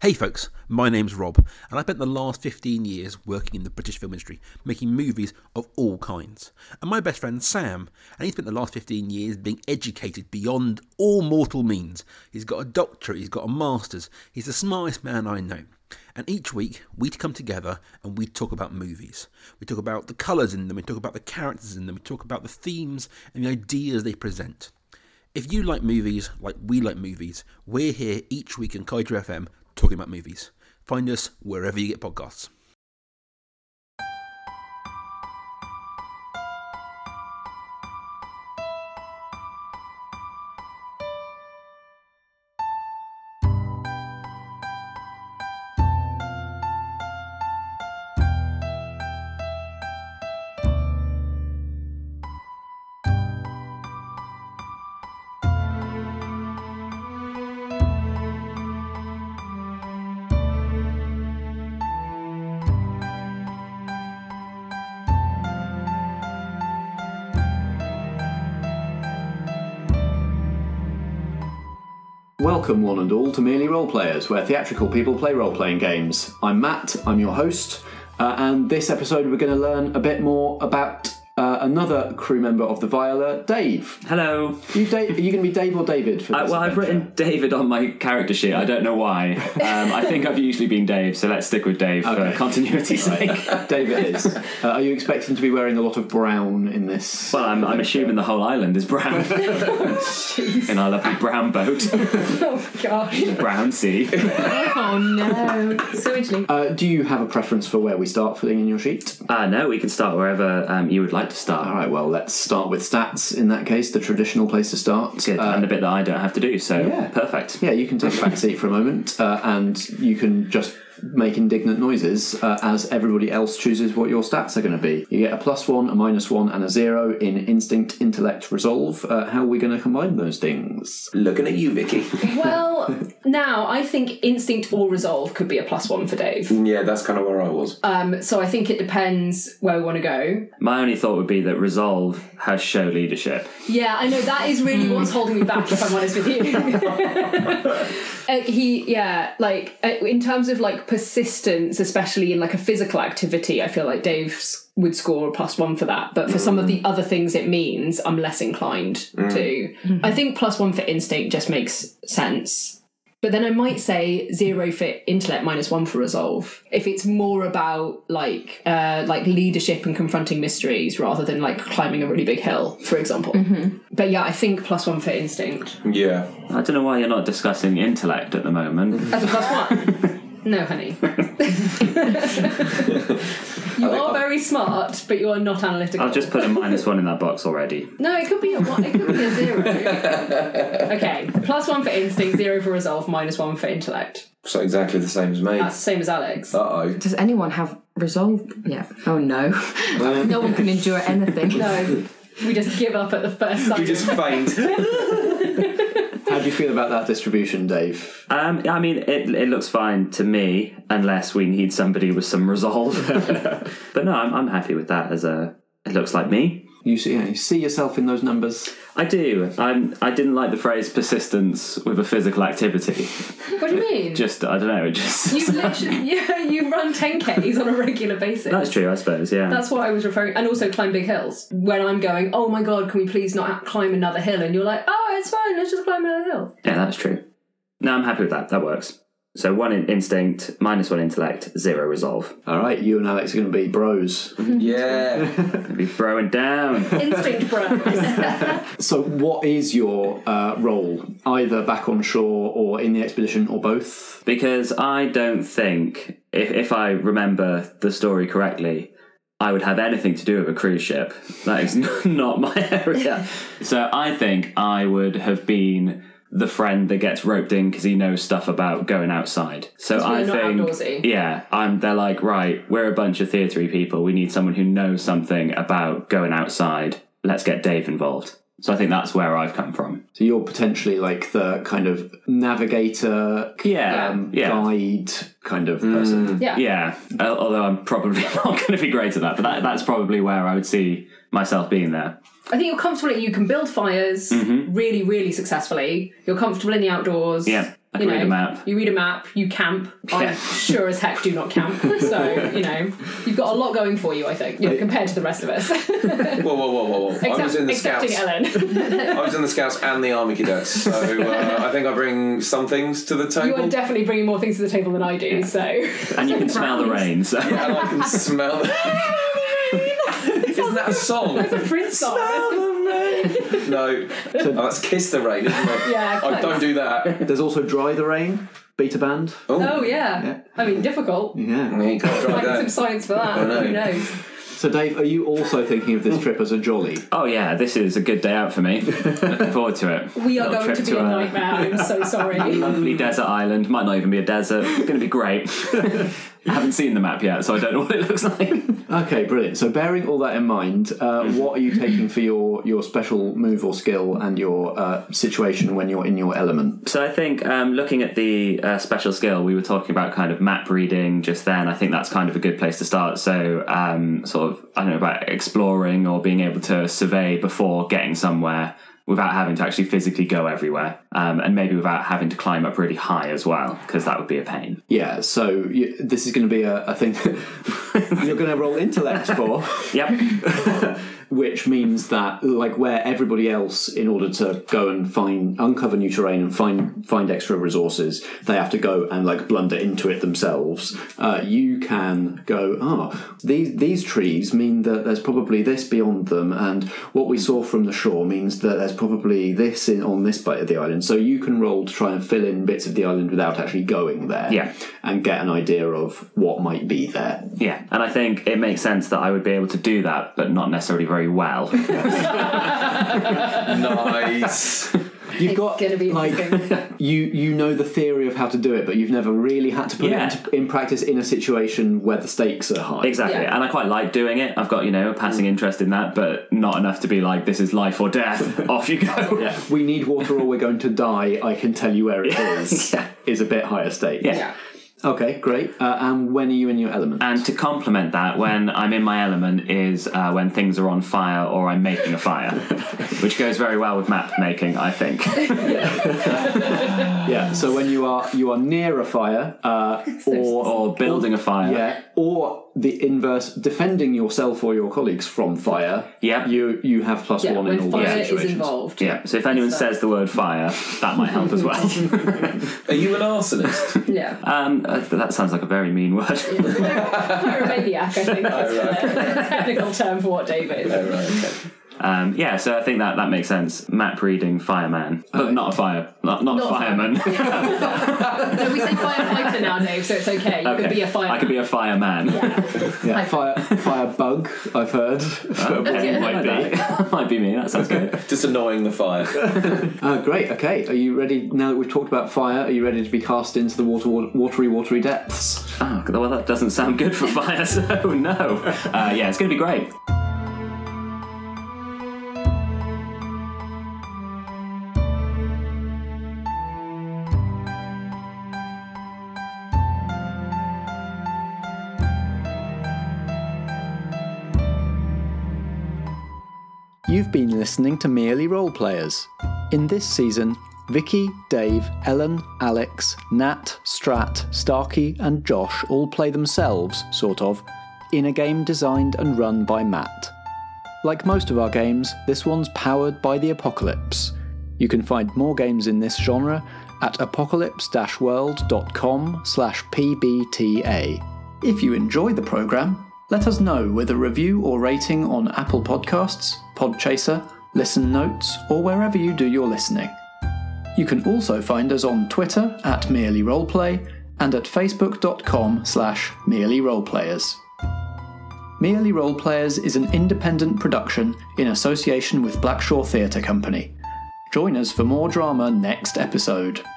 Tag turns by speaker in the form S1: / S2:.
S1: Hey folks, my name's Rob, and I spent the last 15 years working in the British film industry, making movies of all kinds. And my best friend Sam, and he spent the last 15 years being educated beyond all mortal means. He's got a doctorate, he's got a master's, he's the smartest man I know. And each week we'd come together and we'd talk about movies. We talk about the colours in them, we talk about the characters in them, we talk about the themes and the ideas they present. If you like movies like we like movies, we're here each week on Kaiju FM talking about movies. Find us wherever you get podcasts.
S2: Welcome, one and all, to Merely Roleplayers, where theatrical people play role playing games. I'm Matt, I'm your host, uh, and this episode we're going to learn a bit more about uh, another crew member of the Viola, Dave.
S3: Hello.
S2: You, Dave are you going to be Dave or David for this?
S3: I, well, I've
S2: adventure?
S3: written David on my character sheet. I don't know why. Um, I think I've usually been Dave, so let's stick with Dave
S2: Okay.
S3: for continuity's sake.
S2: David is. Uh, are you expecting to be wearing a lot of brown in this?
S3: Well, Um, I'm, I'm assuming the whole island is brown. In our lovely brown boat,
S4: Oh gosh.
S3: brown sea.
S4: Oh no. Sewage leak.
S2: Uh, do you have a preference for where we start filling in your sheet?
S3: Uh, no, we can start wherever um, you would like to
S2: All
S3: start.
S2: right, well, let's start with stats in that case, the traditional place to start.
S3: Good.
S2: Uh,
S3: and a bit that I don't have to do, so
S2: yeah.
S3: perfect.
S2: Yeah, you can take a back seat for a moment, uh, and you can just make indignant noises uh, as everybody else chooses what your stats are going to be. You get a plus one, a minus one, and a zero in instinct, intellect, resolve. Uh, how are we going to combine those things?
S5: Looking at you, Vicky.
S4: Well, now I think instinct or resolve could be a plus one for Dave.
S5: yeah, that's kind of where I was.
S4: Um, so I think it depends where we want to go.
S3: My only thought would be that Resolve has show leadership.
S4: Yeah, I know that is really what's holding me back. If I'm honest with you, Uh, he yeah, like uh, in terms of like persistence, especially in like a physical activity, I feel like Dave s- would score a plus one for that. But for some of the other things it means, I'm less inclined to. I think plus one for instinct just makes sense. But then I might say zero for intellect, minus one for resolve. If it's more about like uh, like leadership and confronting mysteries rather than like climbing a really big hill, for example. But yeah, I think plus one for instinct
S5: Yeah.
S3: I don't know why you're not discussing intellect at the
S2: Mm-hmm.
S3: moment.
S4: as a plus one. no, honey. you are very smart, but you are not analytical.
S3: I've just put a minus one in that box already.
S4: No, it could be a one. It could be a zero. okay, plus one for instinct, zero for resolve, minus one for intellect.
S5: So exactly the same as me. Uh
S4: That's the same as Alex.
S5: oh.
S6: Does anyone have resolve yet? Oh no. no one can endure anything.
S4: No, we just give up at the first sign.
S5: We just faint.
S2: How do you feel about that distribution, Dave?
S3: Um, I mean, it, it looks fine to me, unless we need somebody with some resolve. but no, I'm, I'm happy with that as a. It looks like me.
S2: You see, you see yourself in those numbers?
S3: I do. I'm, I didn't like the phrase persistence with a physical activity.
S4: what do you mean?
S3: Just, I don't know, it just.
S4: you literally, yeah, you run 10ks on a regular basis.
S3: That's true, I suppose, yeah.
S4: That's what I was referring, and also climb big hills. When I'm going, oh my god, can we please not climb another hill? And you're like, oh, it's fine, let's just climb another hill.
S3: yeah, that's true. No, I'm happy with that. That works. So one in- instinct, minus one intellect, zero resolve.
S2: All right, you and Alex are going to be bros.
S5: yeah.
S3: Be throwing down.
S4: Instinct bros.
S2: So, what is your uh, role, either back on shore or in the expedition or both?
S3: because I don't think, if, if I remember the story correctly, I would have anything to do with a cruise ship. That is n- not my area. So I think I would have been the friend that gets roped in because he knows stuff about going outside. So
S4: 'Cause we're
S3: I
S4: not
S3: think,
S4: outdoorsy.
S3: yeah, I'm. They're like, right, we're a bunch of theatre people. We need someone who knows something about going outside. Let's get Dave involved. So I think that's where I've come from.
S2: So, you're potentially like the kind of navigator,
S3: Yeah,
S2: um,
S3: yeah.
S2: guide kind of person.
S4: yeah.
S3: Yeah, al- although I'm probably not going to be great at that, but that, that's probably where I would see myself being there.
S4: I think you're comfortable. You can build fires really, really successfully. You're comfortable in the outdoors.
S3: Mm-hmm. Yeah,
S4: you
S3: read
S4: know,
S3: a map.
S4: You read a map, you camp.
S3: Yeah.
S4: I sure as heck do not camp. So, you know, you've got a lot going for you, I think, you know, compared to the rest of us.
S5: Whoa, whoa, whoa, whoa, whoa! I was in the
S4: excepting
S5: scouts.
S4: Ellen.
S5: I was in the scouts and the army cadets, so uh, I think I bring some things to the
S4: you
S5: table.
S4: are definitely bringing more things to the table than I do, so.
S3: and you can smell the rain. So
S5: and I can smell. The- Isn't that a song?
S4: It's a Prince song.
S5: No, oh, that's kiss the rain, isn't it?
S4: Yeah,
S5: Oh, don't do that.
S2: There's also Dry the Rain, beta band.
S4: Oh,
S2: Yeah.
S4: yeah.
S2: Mm.
S4: I mean, difficult.
S2: Yeah.
S5: You can't try
S4: I need some
S5: that.
S4: science for that.
S5: know.
S4: Who knows?
S2: So, Dave, are you also thinking of this trip as a jolly?
S3: oh yeah, this is a good day out for me. Looking forward to it.
S4: We are
S3: Little
S4: going
S3: trip
S4: to be a nightmare. I'm so sorry.
S3: Lovely desert island. Might not even be a desert. It's going to be great. I haven't seen the map yet, so I don't know what it looks like.
S2: Okay, brilliant. So, bearing all that in mind, uh, what are you taking for your, your special move or skill and your uh, situation when you're in your element?
S3: So I think um, looking at the uh, special skill, we were talking about kind of map reading just then. I think that's kind of a good place to start. So um, sort of I don't know about exploring or being able to survey before getting somewhere without having to actually physically go everywhere, um, and maybe without having to climb up really high as well because that would be a pain.
S2: Yeah, so you, this is going to be a, a thing you're going to roll intellect for.
S3: Yep.
S2: which means that like where everybody else in order to go and find uncover new terrain and find find extra resources they have to go and like blunder into it themselves uh, you can go ah these these trees mean that there's probably this beyond them and what we saw from the shore means that there's probably this in, on this bit of the island so you can roll to try and fill in bits of the island without actually going there
S3: Yeah.
S2: and get an idea of what might be there
S3: yeah. And I think it makes sense that I would be able to do that, but not necessarily very well.
S5: Nice.
S2: You've got
S4: gonna be
S2: like you you know the theory of how to do it, but you've never really had to put
S3: Yeah.
S2: it into, in practice in a situation where the stakes are high.
S3: Exactly,
S4: Yeah.
S3: and I quite like doing it. I've got you know a passing interest in that, but not enough to be like this is life or death. Off you go. Yeah.
S2: We need water, or we're going to die. I can tell you where it is. Is a bit higher stakes.
S4: Yeah.
S2: Okay, great. Uh, and when are you in your element?
S3: And to complement that, when I'm in my element is uh, when things are on fire or I'm making a fire, which goes very well with map making, I think.
S2: yeah. So when you are you are near a fire, uh, or
S3: or building a fire.
S2: Yeah, or the inverse, defending yourself or your colleagues from fire.
S3: Yep.
S2: You you have plus
S4: Yeah,
S2: one in
S4: when
S2: all those
S4: fire is
S2: situations.
S4: involved.
S3: Yeah, So if anyone says the word fire, that might help as well.
S5: Are you an arsonist?
S4: Yeah.
S3: um, uh, that sounds like a very mean word.
S4: Pyromaniac, I think, is
S5: Oh, right,
S4: the
S5: okay.
S4: technical term for what Dave is.
S5: Oh, right, okay.
S3: Um, yeah, so I think that, that makes sense. Map reading, fireman, but not a fire, not, Uh, not, a
S4: Not a
S3: fireman.
S4: No, we say firefighter now, Dave, so it's okay. You could be a fireman.
S3: I could be a fireman.
S2: Yeah, fire fire bug. I've heard.
S3: might be. might be me. That sounds good.
S5: Just annoying the fire.
S2: Uh, great. Okay. Are you ready? Now that we've talked about fire, are you ready to be cast into the water, wa- watery, watery depths?
S3: Oh, well, that doesn't sound good for fire. So no. Uh, yeah, it's going to be great.
S2: You've been listening to Merely Role Players. In this season, Vicky, Dave, Ellen, Alex, Nat, Strat, Starkey, and Josh all play themselves, sort of, in a game designed and run by Matt. Like most of our games, this one's powered by the Apocalypse. You can find more games in this genre at apocalypse-world.com/pbta. If you enjoy the program, let us know with a review or rating on Apple Podcasts, Podchaser, Listen Notes, or wherever you do your listening. You can also find us on Twitter at Merely Roleplay and at facebook.com slash merely roleplayers. Merely Roleplayers is an independent production in association with Blackshaw Theatre Company. Join us for more drama next episode.